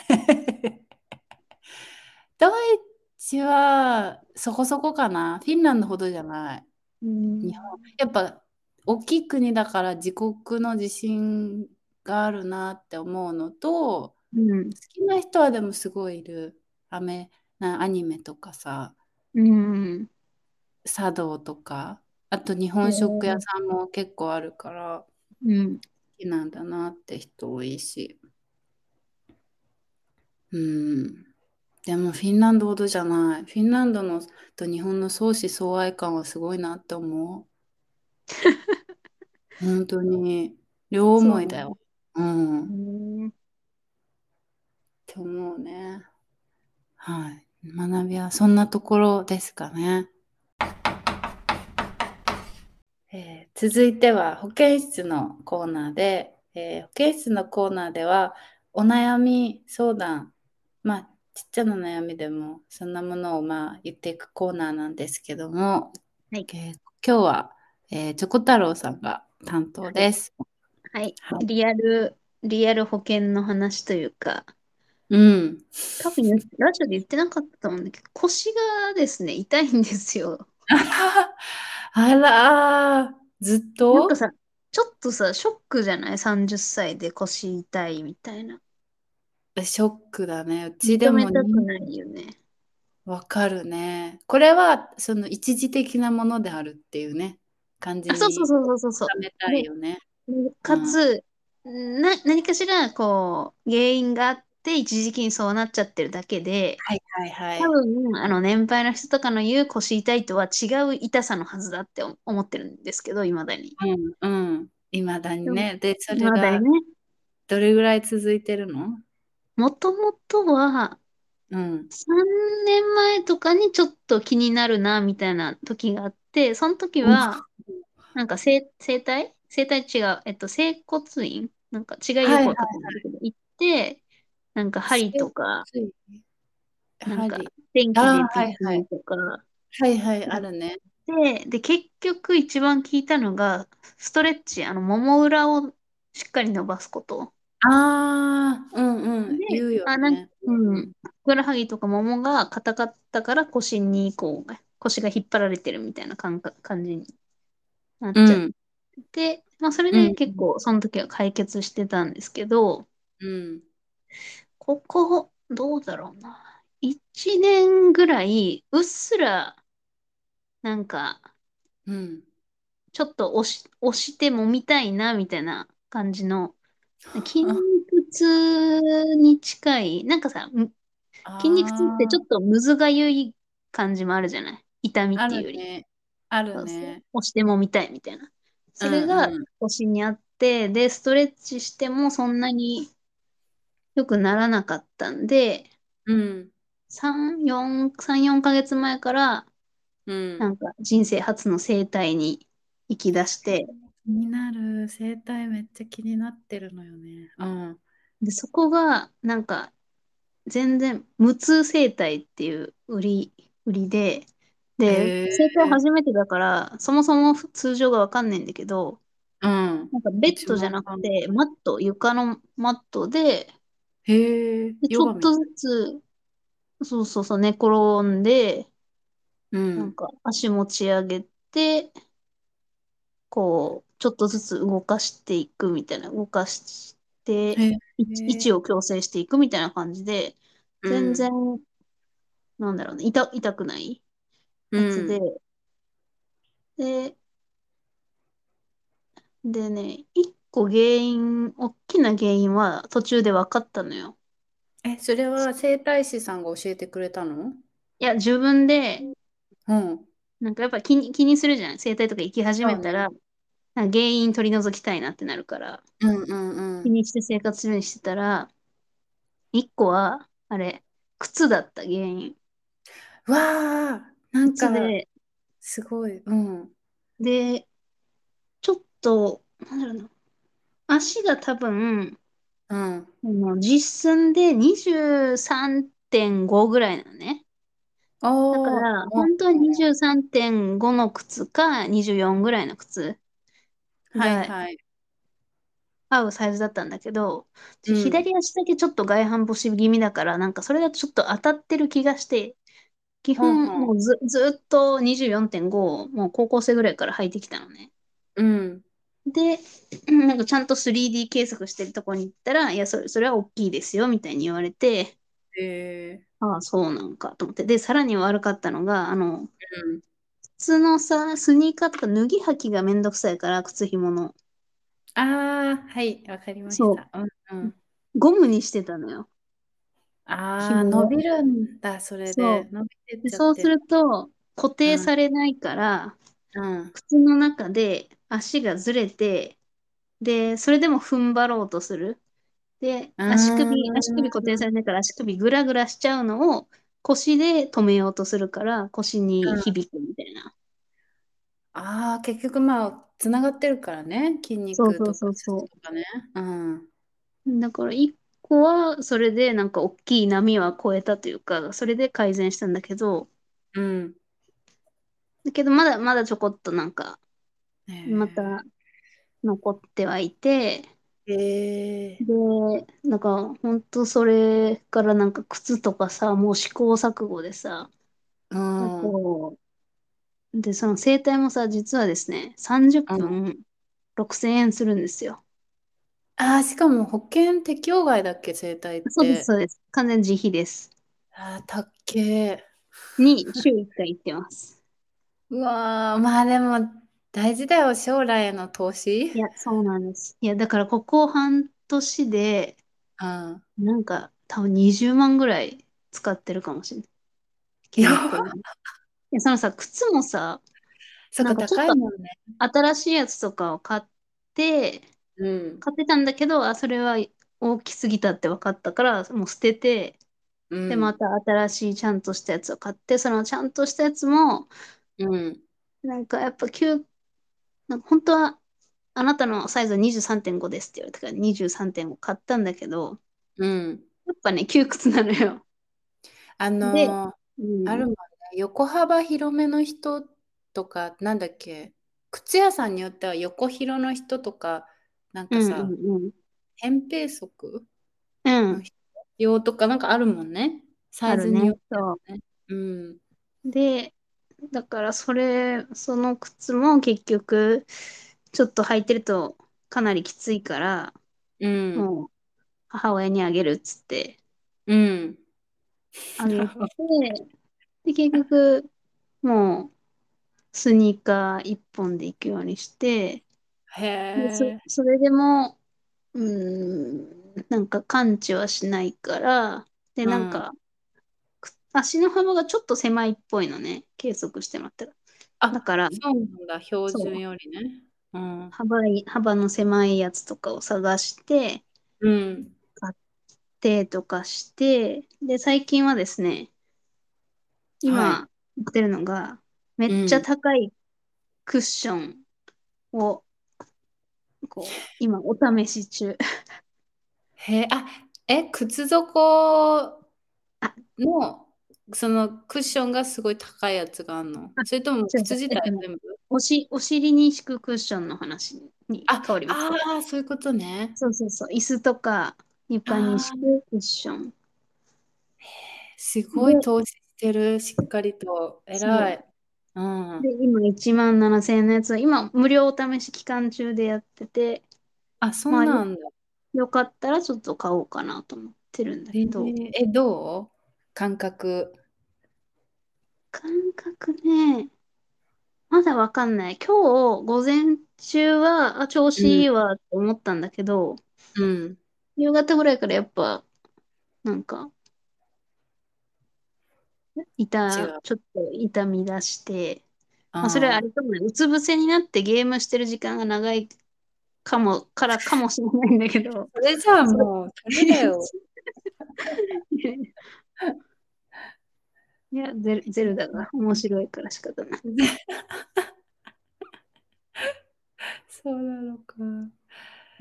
A: ドイツはそこそこかな。フィンランドほどじゃない。
B: う
A: 日
B: ん。
A: 本。やっぱ大きい国だから自国の自信があるなって思うのと、
B: うん。
A: 好きな人はでもすごいいる。アメ、な、アニメとかさ、
B: うん。
A: 茶道とか、あと日
B: え
A: 本食屋
B: ー
A: さんも結構あるから。
B: うん。
A: 好きなんだなって人多いし。うん。でもフィンランドほどじゃない。フィンランドのと日本の相思相愛感はすごいなって思う。本当に。両
B: そう
A: 思い
B: ね。
A: だよ。うん。っ
B: うん
A: て思うね。はい。学びはそんなところですかね。えー続いては保健室のコーナーで、えー保健室のコーナーではお悩み相談、まあ、ちっちゃな悩みでもそんなものをまあ言っていくコーナーなんですけども、
B: はい。
A: えー今日は、えー、チョコ太郎さんが担当
B: はい。
A: です。
B: はい。
A: はい。
B: リアル、リアル保険の話というか、
A: うん。
B: 多分言ラジオで言ってなかったと思うんだけど、腰がですね、痛いんですよ。
A: あらー、ずっ
B: なんか
A: と
B: さ、ちょっとさ、ショックじゃない ?30 歳で腰痛いみたいな。
A: えショックだね。うちで
B: 認め
A: も
B: たく
A: に
B: ないよね。
A: わかるね。これはその一時的なものであるっていうね、感じ
B: あ、そうそう
A: に
B: そうそうそうそ
A: 収め
B: う。
A: たい
B: で、
A: よね。う
B: か
A: ん。
B: つ、な、何かしら、こう、原因があって、って一時期にそうなっちゃってるだけで、
A: はいはいはい
B: 多。分、あの、年配の人とかの言う腰痛いとは違う痛さのはずだって思ってるんですけど、いまだに。
A: うんうん。いまだにね。で、それ
B: 未だ
A: が
B: にね。
A: どれぐらい続いてるの
B: もともとは、
A: うん。
B: 3年前とかにちょっと気になるな、みたいな時があって、その時は、なんか整、整体整体違う。えっと、整骨院なんか違うよくわかんないけど、行って、なんか針とか、
A: ついに
B: なんか
A: 針
B: 電気で
A: あーはい
B: ピッ
A: はい
B: とか、
A: はいはい、あるね。
B: で、で、結局一番効いたのが、ストレッチ、あの、もも裏をしっかり伸ばすこと。
A: ああ、うんうん
B: で、
A: 言うよ
B: あなん
A: ね
B: か。うん。ふくらはぎとかももが硬かったから腰にこう、腰が引っ張られてるみたいな感覚感じになっち
A: う
B: ゃっ
A: ん。
B: て、まあそれ
A: う
B: で
A: ん
B: 結構その時は解決してたんですけど、
A: うん。
B: ここ、どうだろうな。一年ぐらい、うっすら、なんか、
A: うん。
B: ちょっと押し、押して揉みたいな、みたいな感じ の、筋肉痛に近い、なんかさ、む筋肉痛ってちょ
A: っ
B: っとむずがゆい感じもあるじゃない痛み
A: とあ
B: っていう
A: る
B: より。
A: ね。ある
B: そうそう
A: ね。
B: 押して揉みたいみたいな。それが
A: うんうん
B: 腰にあって、で、ストレッチしてもそんなに良くならなかったんで、
A: うん。
B: 3、4、3、4ヶ月前から、
A: うん。
B: なんか人生初の整体に行き出して、
A: 気になる。生態めっちゃ気になってるのよね。うん。
B: で、そこが、なんか、全然、無痛整体っていう売り、売りで、
A: へ
B: で、
A: ー
B: 整体初めてだから、そもそも通常がわかんないんだけど、
A: うん。
B: なんかベッドじゃなくて、マット、床のマットで、
A: へえ。
B: でち
A: ヨ
B: ょ
A: ガ
B: っ
A: みたい
B: とずつ、そうそうそう、寝転んで、
A: う
B: なん
A: ん。
B: か足持ち上げて、こう、ちょっとずつ動かしていくみたいな、動かして、
A: へえ。
B: 位置位置を矯正していくみたいな感じで、全然、なんだろうね、痛、痛くない
A: うん
B: やつで、で、でね、一個原因、大きな原因は途中で分かったのよ。
A: え、それは整体師さんが教えてくれたの
B: いや、自分で、
A: うん。
B: なんかやっぱ気に、気にするじゃん。整体とか行き始めたら、なんか原因取り除きたいなってなるから、
A: うんうんう
B: 気
A: ん。
B: にして生活するようにしてたら、一個は、あれ、靴だった原因。
A: わあ、なん
B: 靴
A: か
B: で、
A: すごい。うん。
B: で、ちょっと、なんだろうな、足が多分、
A: うん。
B: あの実寸で23.5ぐらいなのね。だか
A: おー
B: ら、本当は23.5の靴か24ぐらいの靴
A: はい
B: が
A: はい。
B: 合うサイズだったんだけど、
A: うん
B: 左足だけちょっと外反母趾気味だから、なんかそれがちょっと当たってる気がして、基本
A: うんうん
B: もうず、ずっと24.5をもう高校生ぐらいから履いてきたのね。
A: うん。
B: で、なんかちゃんと 3D 計測してるとこに行ったら、いや、それ、それは大きいですよ、みたいに言われて、
A: え
B: ああ、そうなんかと思って。で、さらに悪かったのが、あの、
A: ー、うん。
B: 靴のさ、スニーカーとか脱ぎ履きがめんどくさいから、靴紐の。
A: ああ、はい、わかりまし
B: そう
A: た。うんうん。
B: ゴムにしてたのよ。
A: ああ、
B: 紐が
A: 伸びるんだ、それ
B: そ
A: で。
B: う
A: 伸びてっ
B: で、
A: ちゃ
B: そ
A: っ
B: う
A: て
B: すると、固定されないから、
A: うん。
B: 靴の中で足がずれて、で、それでも踏ん張ろうとする。で、
A: うーん
B: 足首、足首固定されないから足首グラグラしちゃうのを腰で止めようとするから腰に響くみたいな。
A: ああ、結局まあ、つながってるからね、筋
B: そう
A: 肉
B: そう
A: と
B: そ
A: か
B: うそう
A: とかね。うん。
B: だから一個はそれでなんか大きい波は越えたというか、それで改善したんだけど、
A: うん。
B: だけどまだまだちょこっとなんか
A: ねえ
B: また残ってはいて、
A: えー、
B: で、なんか本当それからなんか靴とかさ、もう試行錯誤でさ、
A: うん。
B: こうで、その整体もさ、実はですね、30分6000円するんですよ。
A: ああ、しかも保険適用外だっけ、整体って。
B: そうです、そうです。完全自費です。
A: ああ、たっけ
B: に、週1回行ってます。
A: ー。うわあ、まあでも、大事だよ、将来への投資。
B: いや、そうなんです。いや、だからここ半年で、
A: うん。
B: なんか、多分20万ぐらい使ってるかもしれない。
A: や
B: 結構いやそのさ、靴もさ、
A: そっ
B: な
A: か、
B: んかちょっ
A: 高
B: と
A: いもんね。
B: 新しいやつとかを買って、
A: うん。
B: 買ってたんだけど、あ、それは大きすぎたって分かったから、もう捨てて、
A: うん
B: で、また新しいちゃんとしたやつを買って、そのちゃんとしたやつも、
A: うん。
B: なんかやっぱ9、なんか本当は、あなたのサイズは23.5ですって言われたから23.5買ったんだけど、
A: うん。
B: やっぱね、窮屈なのよ。
A: あの
B: で
A: ー
B: うん
A: あるもんね。横幅広めの人とか、なんだっけ、靴屋さんによっては横広の人とか、なん
B: う
A: か
B: ん
A: さ、
B: うん
A: 扁平足
B: うん。うん。
A: 用とかなんかあるもんね。サ
B: あ
A: イ
B: る
A: ズに
B: ね
A: よっ。
B: そう。
A: て。うん。
B: で、だからそれ、その靴も結局、ちょっと履いてるとかなりきついから、
A: うん。
B: もう母親にあげるっつって
A: うん。
B: あげて、で、結局、もうスニーカー一本で行くようにして、
A: へ
B: でそ、
A: え。
B: それでも、うーん、なんか感知はしないから、で、
A: うん
B: なんか、く足の幅がちょっと狭いっぽいのね、計測してもらったら。
A: あ
B: だから、
A: そうなんだ、標
B: そう
A: 準よりね。うん。
B: 幅い、幅の狭いやつとかを探して、
A: うん。
B: でとかして、で、最近はですね、
A: は
B: 今売ってるのが、めっちゃ高いクッションを、こう、今お試し中。
A: へえ、あ、え、靴底の、そのクッションがすごい高いやつがあるの
B: あ
A: それとも
B: 違う違う
A: 靴自体
B: えっとね
A: 全部
B: おし、お尻に敷くクッションの話に
A: あ、
B: 変わります。
A: ああ、そういうことね。
B: そうそうそう、椅子とか床に敷くクッション。
A: すごい投資してる、しっかりと。偉い。うん。
B: で、今1万7000円のやつは、今無料お試し期間中でやってて、
A: あ、そうなんだ。
B: よかったらちょっと買おうかなと思ってるんだ
A: え
B: けど、
A: ーえ、どう感覚。
B: 感覚ね、まだわかんない。今日午前中は、あ、調子いいわって思ったんだけど、
A: うん。
B: 夕方ぐらいからやっぱ、なんか、
A: 違
B: 痛、
A: う。
B: ちょっと痛み出して、まあ、それはあ
A: あ
B: れかもね、うつ伏せになってゲームしてる時間が長いかも、からかもしれないんだ けど、
A: それじゃあもう、ダメだよ。
B: いや、ゼル、ゼルダが面白いから仕方ない。
A: そうなのか。
B: う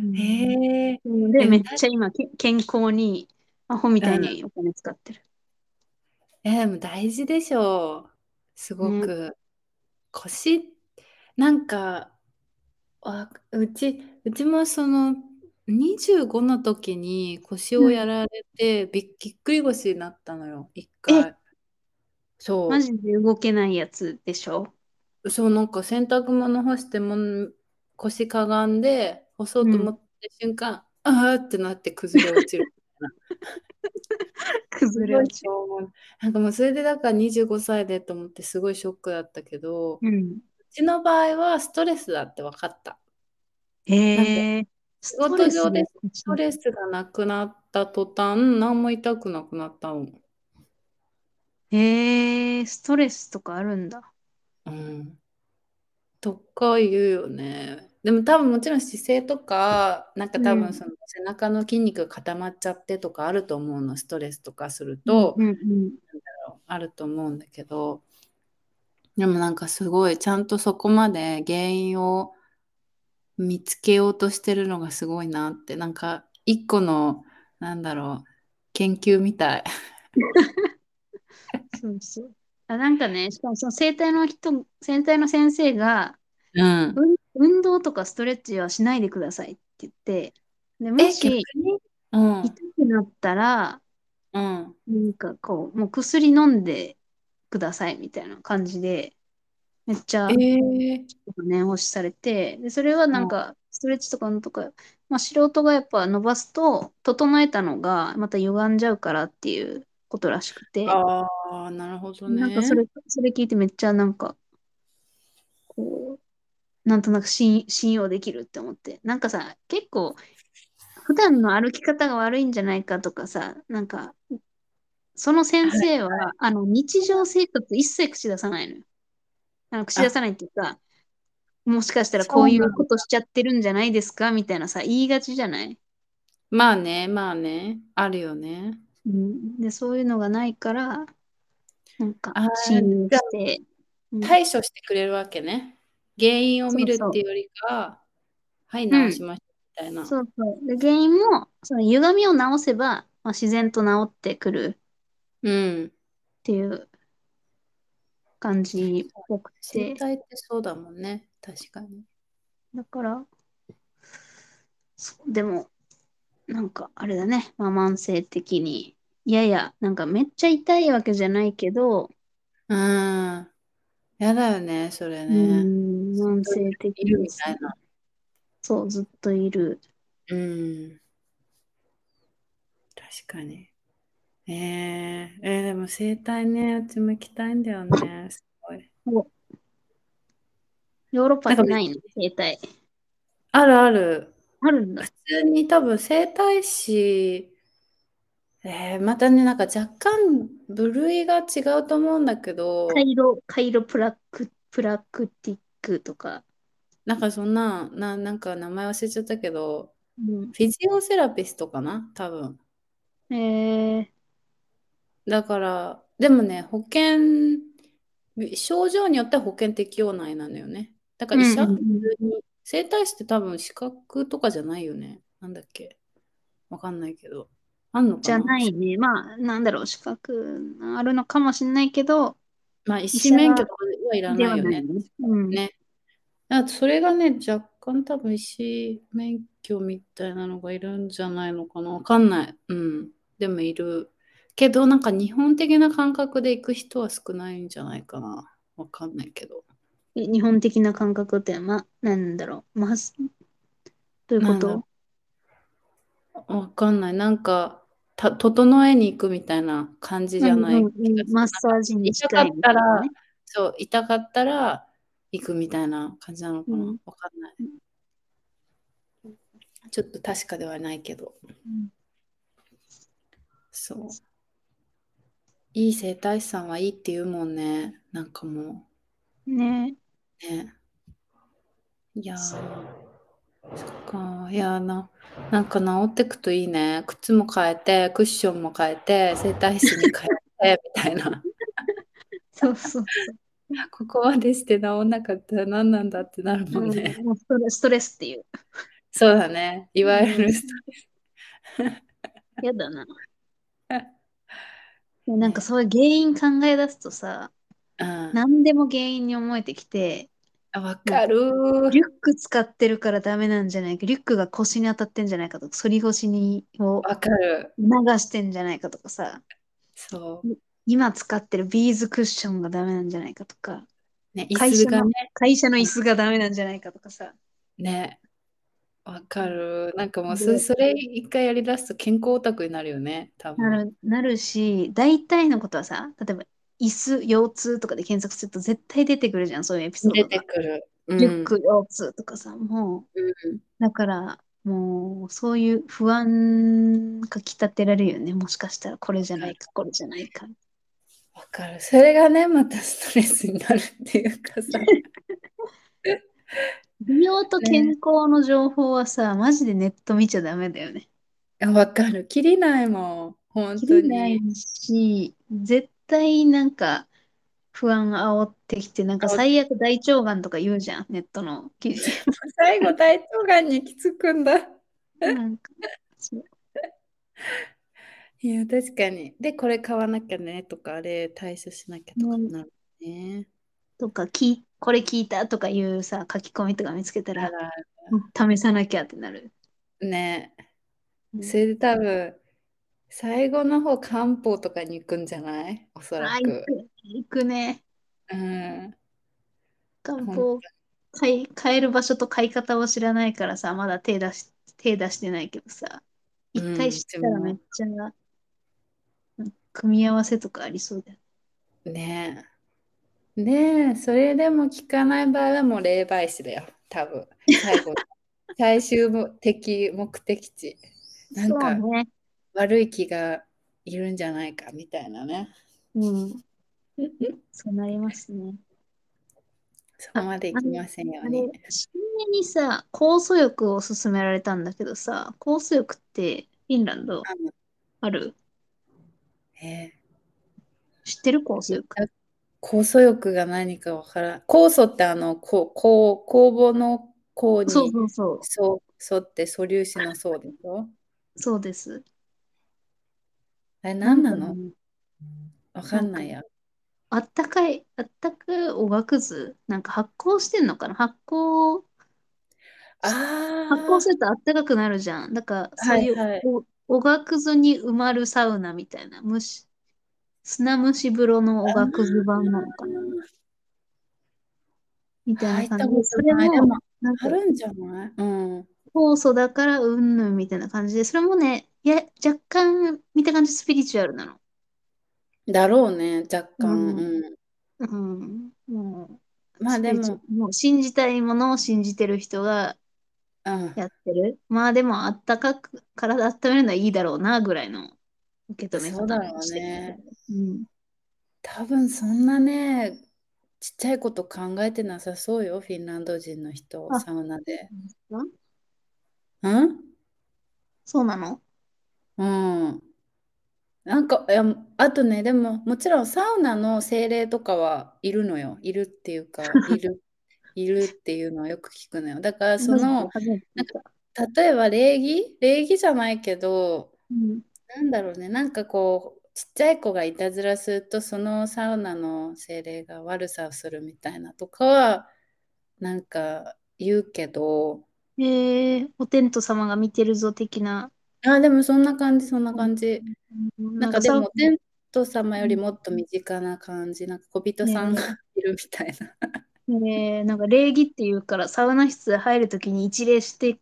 B: ん
A: へえ。
B: なので、
A: え
B: めっちゃ今、け健康に、アホみたいにお金使ってる。
A: えー、でも大事でしょう。すごく。腰、なんか、わうち、うちもその25の時に腰をやられてびっ、ぎっくり腰になったのよ、一回。そ
B: マジで動けないやつでしょ
A: う、そう、なんか洗濯物干しても腰かがんで、干そうと思った瞬間、あーってなって崩れ落ちる。す
B: 崩れ
A: ごい
B: 落ち
A: と思うなんかもうそれでだから25歳でと思ってすごいショックだったけど、う
B: る。うん。
A: ちの場合はストレスだって分かった。
B: へえ。ス
A: 仕
B: ト
A: 事
B: レス
A: 上で
B: で
A: ストレスがなくなった途端、何も痛くなくなったもん。
B: へえ、ストレスとかあるんだ。
A: うん。とか言うよね。でも多分もちろん姿勢とか、なんか
B: う
A: 多
B: ん。
A: 分その背中の筋肉が固まっちゃってとかあると思うの、ストレスとかする
B: うん
A: と、
B: うんうん。
A: あると思うんだけど、でもなんかすごい、ちゃんとそこまで原因を見つけようとしてるのがすごいなって、なんか一個の、なんだろう、研究みたい。
B: そうそう。あ、なんかね、しかもその整体の人、整体の先生が、
A: うん。
B: 運運動とかストレッチはしないでくださいって言って、で、も
A: え、逆
B: し
A: にうん、
B: 痛くなったら、
A: うん。
B: なんかこう、もう薬飲んでくださいみたいな感じで、めっち
A: え
B: ゃ
A: ー、
B: 念押しされて、で、それは
A: う
B: なん
A: ん、
B: か、ストレッチとかのとか、まあ、素人がやっぱ伸ばすと、整えたのがまた歪んじゃうからっていうことらしくて、
A: ああ、なるほど
B: なんかそ
A: ね。
B: れ、それ聞いてめっちゃなんか、こう、なんとなく信、信用できるって思って。なんかさ、結構、普段の歩き方が悪いんじゃないかとかさ、なんか、その先生は、あの、日常生活一切口出さないのよ。あの、口出さないっていうか、もしかしたらこういうことしちゃってるんじゃないですかみたいなさ、言いがちじゃない、
A: まあね、まあね、あるよね。
B: うん、で、そういうのがないから、なんか
A: あー、
B: 信用して、うん
A: 対処してくれるわけね。原因を見るっていうよりかは、はい、
B: ん
A: 直しましたみたいな。
B: そうそう。で、原因も、その歪みを直せば、まあ、自然と治ってくる
A: うん。
B: っていう感じっぽく
A: 生
B: て、
A: 態ってそうだもんね。確かに。
B: だから、そう、でも、なんかあれだね、まあ、慢性的に、いやいや、なんかめっちゃ痛いわけじゃないけど、
A: うん。やだよね、それ
B: う
A: ね。
B: ん、慢性的
A: いる
B: に
A: み、たいな。
B: そう、ずっといる。
A: うん。確かに。えー、えーでも生態ね、うちも行きたいんだよね。すごい。
B: ヨーロッパってないの生態。
A: あるある。
B: あるんだ。
A: 普通に多分整体師、えーまたねなんか若干部類が違うと思うんだけど、
B: カイロ、カイロプラク、プラクティックとか、
A: なんかそんなななんか名前忘れちゃったけど
B: うん、
A: フィジオセラピストかな多分
B: えー、
A: だからでもね保険症状によっては保険適用内なのよねだから医者、
B: うんうんうん
A: 普通に整体師って多分資格とかじゃないよねなんだっけわかんないけどあんのかな
B: じゃないね。まあ、なんだろう、資格あるのかもしれないけど、
A: まあ医師免許とかはい
B: で
A: ら
B: は
A: ないよね
B: ね。うん。
A: ねあそれがね、若干多分医師免許みたいなのがいるんじゃないのかな。わかんない。うん。でもいる。けど、なんか日本的な感覚で行く人は少ないんじゃないかな。わかんないけど。
B: え日本的な感覚って、ま、なんだろう、まず、どういうこ
A: なんだろ
B: と
A: わかんない。なんか、た、整えに行くみたいな感じじゃない。
B: うんうんうんマッサージに
A: 痛
B: 近
A: かっ
B: いみた
A: た
B: いな
A: ら
B: ね。、
A: そう、痛かったら行くみたいな感じなのかな。
B: うん
A: わかんない。ちょっと確かではないけど。
B: うん
A: そう。いい整体師さんはいいって言うもんね。なんかも
B: ね
A: うね。いやー、そっか。いやーな、なんか治ってくといいね。靴も変えて、クッションも変えて、整体師に変えて、みたいな。
B: そうそう
A: ここまでして治んなかったら何なんだってなるも
B: そう。
A: ん
B: うん
A: ね。
B: もうストレストレスっていう。
A: そうだね。いわゆるストレス。
B: や だな。でなんかそういう原因考え出すとさ、
A: うん。
B: 何でも原因に思えてきて、
A: あわかるー。
B: リュック使ってるからダメなんじゃないか、リュックが腰に当たってんじゃないかとか、反り腰にを
A: わかる。
B: 流してんじゃないかとかさ、
A: そう。
B: 今使ってるビーズクッションがダメなんじゃないかとか、
A: ね、椅
B: 会
A: 子
B: 社
A: が
B: の
A: ね。
B: 会社の椅子がダメなんじゃないかとかさ。
A: ね。わかる。なんかもうそ、
B: で
A: それ一回やりだすと健康オタクになるよね、多分。
B: なる、なるし、大体のことはさ、例えば、椅子、腰痛とかで検索すると絶対出てくるじゃん、そういうエピソー
A: 出
B: ド
A: て
B: が。
A: くる。
B: リュック、腰痛とかさ、もう、
A: うん
B: だから、もう、そういう不安がき立てられるよね。もしかしたらこれじゃないか、これじゃないか。
A: わかる。それがね、またストレスになるっていうか さ。
B: 美容と健康の情報はさ、マジでネット見ちゃダメだよね。
A: あわかる。きりないもん。本
B: 切
A: 当
B: れない
A: に。
B: し、絶対なんか不安煽ってきて、なんか
A: 煽っ
B: 最悪大腸がんとか言うじゃん、ネッ トの記事。
A: 最後、大腸がんに行き着くんだ。
B: なんか、そう
A: いや、確かに。で、これ買わなきゃねとか、あれ対処しなきゃとか
B: うん
A: なるね。
B: とか聞い、これ聞いたとかいうさ、書き込みとか見つけた
A: だ
B: ら
A: か、
B: 試さなきゃってなる。
A: らね。
B: うん
A: それで多分、最後の方、漢方とかに行くんじゃないおそ
B: あ
A: ら
B: ー、行
A: く
B: く。、行くね。
A: うん。
B: 漢
A: ほ
B: 方買い、買える場所と買い方を知らないからさ、まだ手出し、手出してないけどさ、
A: うん
B: 一回知ったらめっちゃ、うん組み合わせとかありそうだよ。
A: ねえ。ねえ、それでも聞かない場合はもう 霊媒師だよ、多分。最後、最終目的、目的地。なんか
B: そうね。
A: 悪い気がいるんじゃないかみたいなね。
B: うん。そうなりますね。
A: そこまでいきませんよ
B: あ
A: う
B: れ
A: に。、
B: 新年にさ、酵素浴を勧められたんだけどさ、酵素浴ってフィンランドある
A: えー
B: 知ってる酵素浴。
A: 酵素浴が何かわからん。酵素ってあの、こう、こう、酵母の酵に、
B: そうそうそう。
A: そう、そうって素粒子のそうでしょ
B: そうです。
A: あれ何な
B: か
A: の
B: ね
A: わかんないや。
B: あったかい、あったかいおがくず、なんか発酵してんのかな発酵、
A: あ
B: 発酵するとあったかくなるじゃん。だから、そういう
A: はいはい
B: お、おがくずに埋まるサウナみたいな、虫、砂蒸し風呂のおがくず版なのかなみ
A: あ、
B: た
A: 入
B: い
A: っ
B: な
A: たこ
B: 感じで、
A: と
B: それ
A: ない。で
B: も、
A: も、
B: なん
A: あ
B: か、
A: るんじゃないうん。
B: 酵素だからうんぬんみたいな感じで、それもね、いや、若干、見た感じスピリチュアルなの。
A: だろうね、若干。
B: うん
A: うん。
B: うん、もう、
A: まあ
B: スピ
A: で
B: リチュ
A: も
B: ア、ルもう信じたいものを信じてる人が、
A: うん。
B: やってる。まあでも、あったかく、体温めるのはいいだろうな、ぐらいの受け止め
A: そ
B: 方
A: うだろ
B: を
A: う
B: してる
A: ね。
B: うん。
A: 多分そんなね、ちっちゃいこと考えてなさそうよ、フィンランド人の人、
B: あ
A: サウナで。
B: あ
A: うん
B: そうなの
A: うん。なんか、いや、あとね、でも、もちろんサウナの精霊とかはいるのよ。いるっていうか、いる、いるっていうのをよく聞くのよ。だから、その、
B: 初めて聞いた
A: 例えば礼儀礼儀じゃないけど、
B: うん。
A: なんだろうね、なんかこう、ちっちゃい子がいたずらすると、そのサウナの精霊が悪さをするみたいなとかは、なんか言うけど、
B: えー、お天道様が見てるぞ、的な。
A: あ、でもそんな感じ、そんな感じ。
B: うん
A: な
B: なんん
A: か
B: か
A: で
B: さ、
A: も、天道様よりもっと身近な感じ、なんか小人さんがいるみたいな。
B: えー、なんか礼儀っていうから、サウナ室入るときに一礼して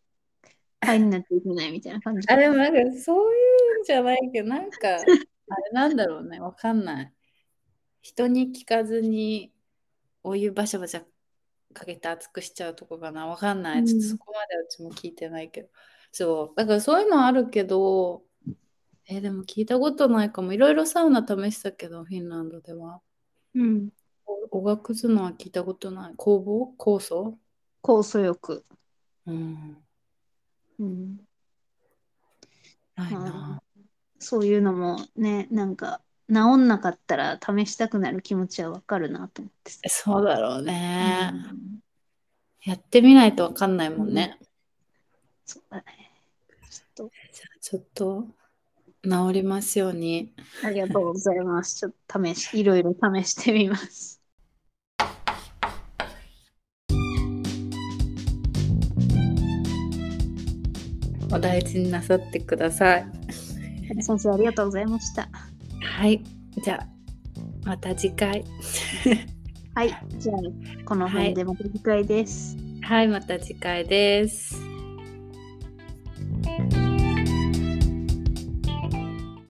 B: 入んなきゃいけないみたいな感じ
A: あ、
B: か
A: で
B: な。
A: もなんかそういうんじゃないけど、なんか、 あれなんだろうね、わかんない。人に聞かずにお湯バシャバシャかけて熱くしちゃうとこかな。わかんな
B: う
A: い。ちょっと
B: ん
A: そこまでうちも聞いてないけど。そう。だからそういうのはあるけど、えーでも聞いたことないかも。いろいろサウナ試したけど、フィンランドでは。
B: うん。
A: おおがくずのは聞いたことない。酵母酵素
B: 酵素浴。
A: うん。
B: うん。
A: ない
B: まあ
A: な。
B: そういうのもね、なんか治んなかったら試したくなる気持ちはわかるなと思ってさ。
A: そうだろう
B: う
A: ね。
B: ん、
A: やってみないとわかんないもんね。
B: そうだね。ちょっ
A: じゃあちょっと治りますように。
B: と、ありがとうございます。ちょっと試し、いろいろ試してみます。
A: お大事になさってください。
B: 先生、ありがとうございました。
A: はい。じゃあ、また次回。
B: はい。じゃあ、この辺でまた次回です。
A: はい、また次回です。